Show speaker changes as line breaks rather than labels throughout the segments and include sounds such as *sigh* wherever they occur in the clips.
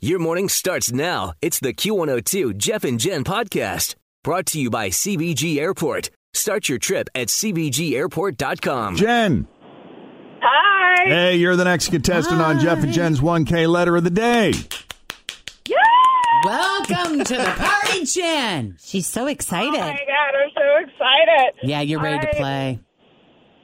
Your morning starts now. It's the Q102 Jeff and Jen podcast brought to you by CBG Airport. Start your trip at CBGAirport.com.
Jen.
Hi.
Hey, you're the next contestant on Jeff and Jen's 1K letter of the day.
Yeah.
Welcome to the party, Jen. She's so
Oh
excited.
my god, I'm so excited.
yeah, you're ready to
I-
play.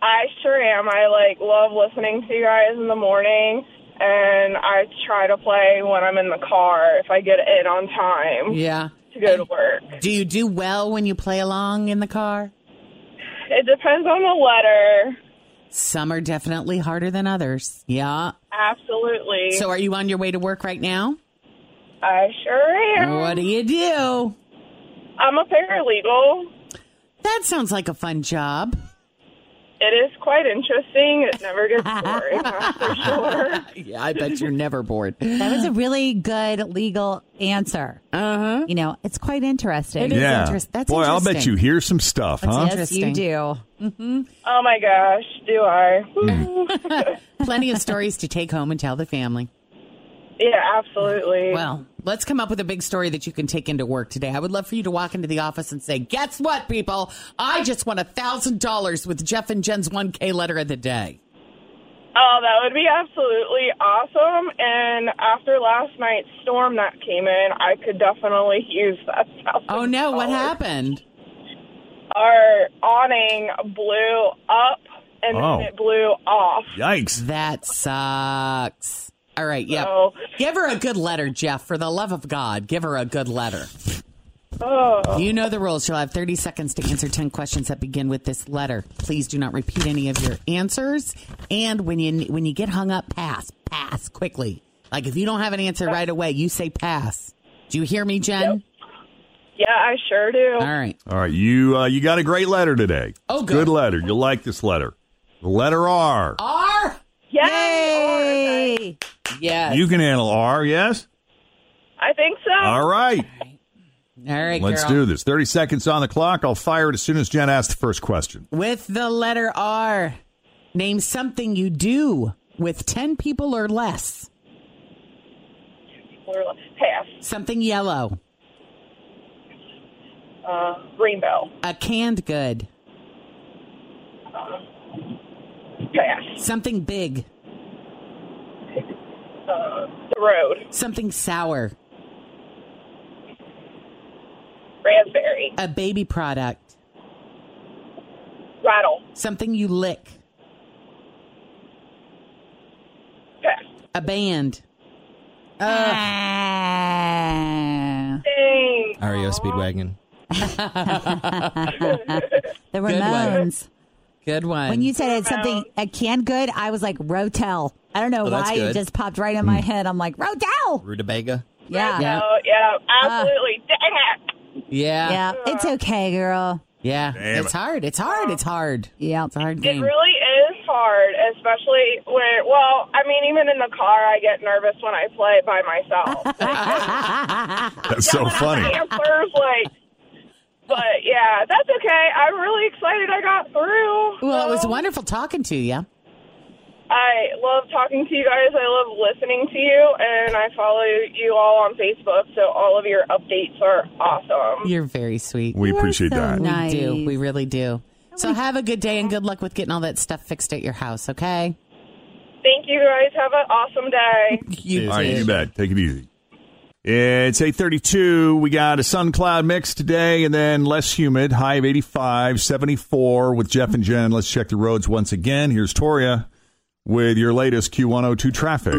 I sure am. I like love listening to you guys in the morning and I try to play when I'm in the car if I get in on time
Yeah.
to go to work.
Do you do well when you play along in the car?
It depends on the letter.
Some are definitely harder than others. Yeah.
Absolutely.
So are you on your way to work right now?
I sure am.
What do you do?
I'm a paralegal.
That sounds like a fun job.
It is quite interesting. It never
*laughs*
gets boring, that's for sure.
Yeah, I bet you're never *laughs* bored.
That was a really good legal answer.
Uh-huh.
You know, it's quite interesting.
It is
yeah.
interest- that's
Boy, I'll bet
interesting.
you hear some stuff, huh?
Yes, you
Interesting.
do.
Oh my gosh, do I?
*laughs*
Woo.
Plenty of stories to take home and tell the family.
yeah, absolutely.
Well, let's come up with a big story that you can take into work today. I would love for you to walk into the office and say, Guess what, people? I just won $1,000 with Jeff and Jen's 1K letter of the day.
Oh, that would be absolutely awesome. And after last night's storm that came in, I could definitely *laughs* use that.
Oh, no. What
$1,000.
happened?
Our awning blew up and
Oh.
then it blew off.
Yikes.
That sucks. All right. Yep.
So,
Give her a good letter, Jeff. For the love of God, give her a good letter.
oh,
You know the rules. She'll have 30 seconds to answer 10 questions that begin with this letter. Please do not repeat any of your answers. And when you when you get hung up, pass. Pass quickly. Like if you don't have an answer right away, you say pass. Do you hear me, Jen?
yeah, I sure do.
All right.
All right, you uh, you got a great letter today.
Oh, good.
letter. You'll like this letter. The letter R.
R?
Yay!
Hey.
Yes.
You can handle R, yes?
I think so.
All right.
All Oh. right,
Let's
girl.
do this. 30 seconds on the clock. I'll fire it as soon as Jen asks the first
*laughs*
question.
With the letter R, name something you do with 10 people or less.
We're like, Pass.
Something yellow.
Uh, Greenbelt.
A canned good.
Pass.
Something big.
Uh, the road.
Something sour.
Raspberry.
A baby product.
Rattle.
Something you lick.
Pass.
A band.
Ah.
Dang.
REO Speedwagon.
The
one.
Ramones.
Good one.
When you said it's something a canned good, I was like Rotel. I don't know
Oh, that's
why it
good.
just popped right in
Hmm.
my head. I'm like Rotel.
Rutabaga.
Yeah. yeah,
Yeah. Ah.
Oh, yeah, absolutely. Dang it.
yeah. Yeah.
It's okay, girl.
Damn
It's
it.
hard. It's hard. It's hard.
Yeah,
It's a hard
It
game.
really is hard, especially when, well, I mean, even in the car, I get nervous when I play it by
*laughs*
myself.
That's so
When I
funny.
Answers, like, but yeah, that's okay. I'm really excited I got through.
well, it was
Um,
wonderful talking to you.
I love talking to you guys. I love listening to you, and I follow you all on Facebook, so all of your updates are awesome.
You're very sweet.
We appreciate
so
that.
nice.
We do. We really do. So have a good day and good luck with getting all that stuff fixed at your house, okay?
Thank you guys. Have an awesome day.
You
All right, you bet. Take it easy. It's 832. We got a sun cloud mix today and then less humid. High of 85, 74 with Jeff and Jen. Let's check the roads once again. Here's Toria with your latest Q102 traffic.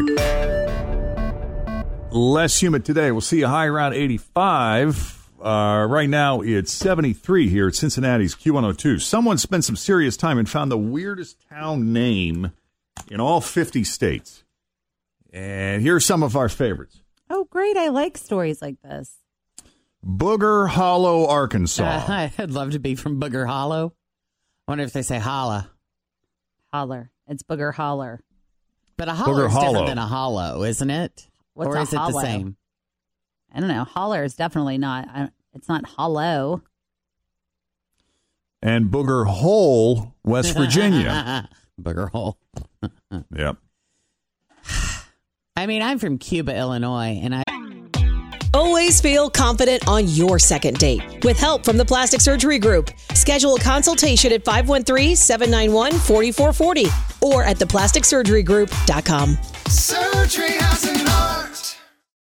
Less humid today. We'll see a high around 85. Uh, right now, it's 73 here at Cincinnati's Q102. Someone spent some serious time and found the weirdest town name in all 50 states. And here's some of our favorites.
Oh, great. I like stories like this.
Booger Hollow, Arkansas.
Uh, *laughs* I'd love to be from Booger Hollow. I wonder if they say holla.
Holler. It's Booger Holler.
But a hollow
Booger
is
Hollow.
different than a hollow, isn't it?
What's
or
a
is it
hollow?
the same? *laughs*
I don't know. Holler is definitely not. I, don't- it's not hollow.
and Booger Hole, West Virginia.
Booger hole.
yep.
I mean, I'm from Cuba, Illinois, and I
Always feel confident on your second date. With help from the Plastic Surgery Group, schedule a consultation at 513-791-4440 or at theplasticsurgerygroup.com.
Surgery has an art.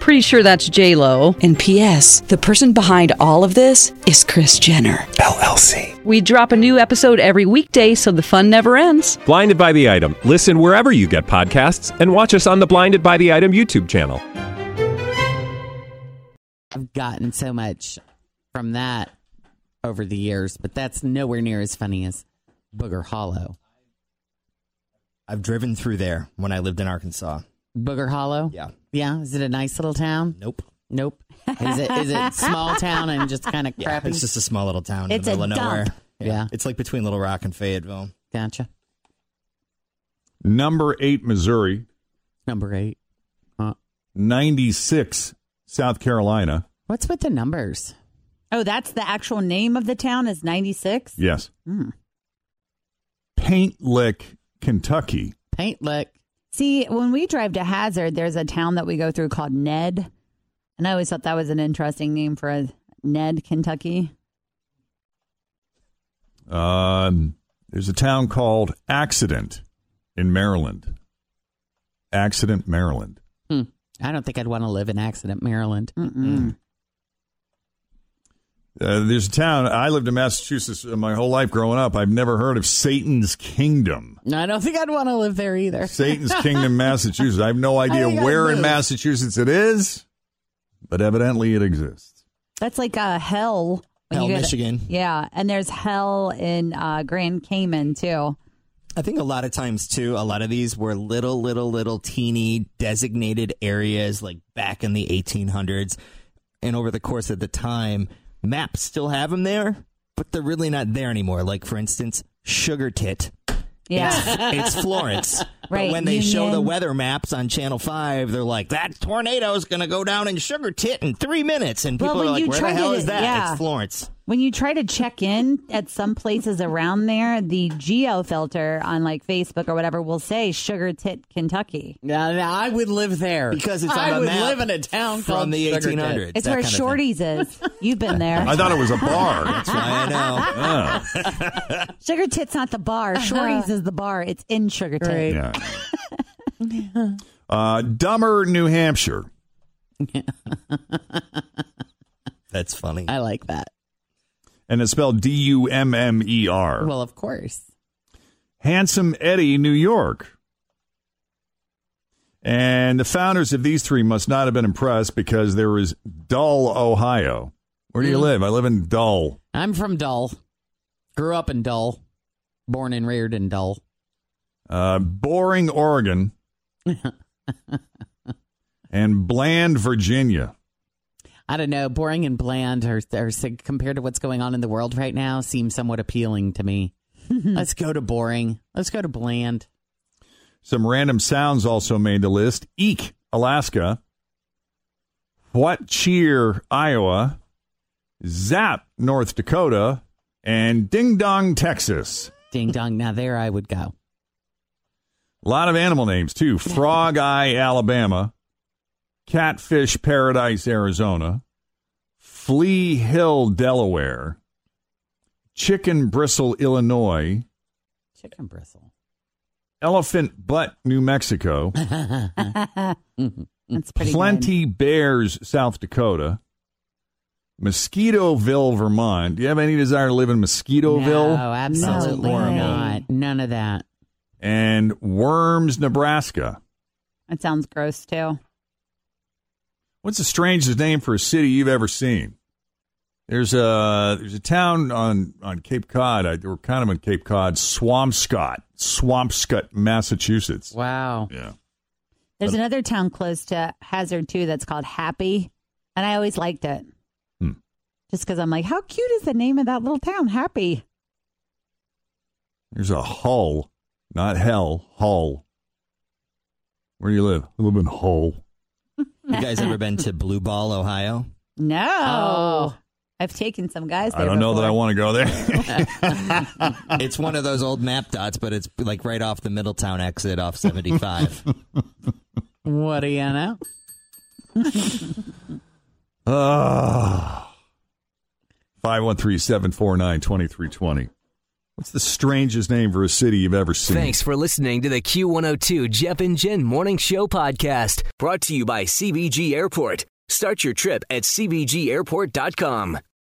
Pretty sure that's J Lo.
And PS, the person behind all of this is Chris Jenner.
LLC.
We drop a new episode every weekday, so the fun never ends.
Blinded by the item. Listen wherever you get podcasts, and watch us on the Blinded by the Item YouTube channel.
I've gotten so much from that over the years, but that's nowhere near as funny as Booger Hollow.
I've driven through there when I lived in Arkansas.
Booger Hollow?
Yeah.
Yeah. Is it a nice little town?
Nope.
Nope. Is it
*laughs*
is it small town and just kind of
Yeah,
crappy?
it's just a small little town
It's a
in the middle of nowhere.
dump.
Yeah.
It's like between Little Rock and Fayetteville.
gotcha.
Number eight, Missouri.
Number eight.
96, South Carolina.
What's with the numbers?
Oh, that's the actual name of the town is 96?
Yes.
Hmm.
Paint Lick, Kentucky.
Paint lick.
See, when we drive to Hazard, there's a town that we go through called Ned. And I always thought that was an interesting name for a Ned, Kentucky.
Um, there's a town called Accident in Maryland. Accident, Maryland.
Hmm. I don't think I'd want to live in Accident, Maryland.
Mm.
Mm-mm.
Uh, there's a town, I lived in Massachusetts my whole life growing up. I've never heard of Satan's Kingdom.
No, I don't think I'd want to live there either.
Satan's Kingdom, Massachusetts. I have no idea
think I
where in
moved.
Massachusetts it is, but evidently it exists.
That's like a hell.
Hell,
go to-
Michigan.
yeah. And there's hell in uh, Grand Cayman, too.
I think a lot of times too, a lot of these were little, little, little teeny designated areas like back in the 1800s. And over the course of the time, maps still have them there, but they're really not there anymore. Like, for instance, Sugar Tit.
Yeah.
It's, it's
*laughs*
Florence.
Right,
But when they show the
Union.
weather maps on Channel 5, they're like, that tornado's going to go down in Sugar Tit in three minutes. And
Well,
people
when
are like,
you
where
try
the hell
to-
is that?
yeah.
It's Florence.
when you try to check in at some places around there, the geo filter on like Facebook or whatever will say Sugar Tit, Kentucky.
No, no, I would live there
Because it's on
I
the
would
map
live in a town
from
called
the
Sugar Tit.
1800s.
It's
that
where
kind of thing. *laughs*
Shorty's is. You've been there.
I thought it was a bar. That's-
That's *laughs* why I know.
oh,
Sugar Tit's not the bar. Shorty's is the bar. It's in Sugar Tit.
Uh-huh. Right.
yeah. Uh, Dummer, New Hampshire.
That's funny.
I like that.
And it's spelled D U M M E R.
Well, of course.
Handsome Eddie, New York. And the founders of these three must not have been impressed because there is Dull, Ohio. Where do you live? I live in Dull.
I'm from Dull. Grew up in Dull. Born and reared in Dull.
uh, boring Oregon, and bland Virginia.
I don't know. Boring and bland are, are sig- compared to what's going on in the world right now seems somewhat appealing to *laughs* me. Let's go to boring. Let's go to bland.
Some random sounds also made the list. Eek, Alaska. What cheer, Iowa. Zap, North Dakota. And Ding Dong, Texas.
*laughs* Ding dong. Now there I would go.
A lot of animal names, too. Frog Eye, Alabama. Catfish Paradise, Arizona, Flea Hill, Delaware, Chicken Bristle, Illinois,
Chicken bristle.
Elephant Butt, New
*laughs*
Mexico,
That's pretty
Plenty Bears, South Dakota, Mosquitoville, Vermont. Do you have any desire to live in Mosquitoville?
No, absolutely
Sounds horrible.
not. None of that.
And Worms, Nebraska.
good. It sounds gross too.
What's the strangest name for a city you've ever seen? There's a there's a town on on Cape Cod. I, we're kind of in Cape Cod, Swampscott, Swampscott, Massachusetts.
Wow.
Yeah.
There's another town close to Hazard too that's called Happy, and I always liked it.
Hmm.
Just because I'm like, how cute is the name of that little town? Happy.
There's a Hull, not Hell, Hull. Where do you live? I live in Hull.
You guys ever been
*laughs*
to Blue Ball, Ohio?
No, I've taken some guys. There
I don't know
before.
that I want to go there.
it's one of those old map dots, but it's like right off the Middletown exit off 75.
What do you know?
Ah. Five one three seven four nine twenty three twenty. What's the strangest name for a city you've ever seen?
Thanks for listening to the Q102 Jeff and Jen Morning Show podcast brought to you by CBG Airport. Start your trip at CBGAirport.com.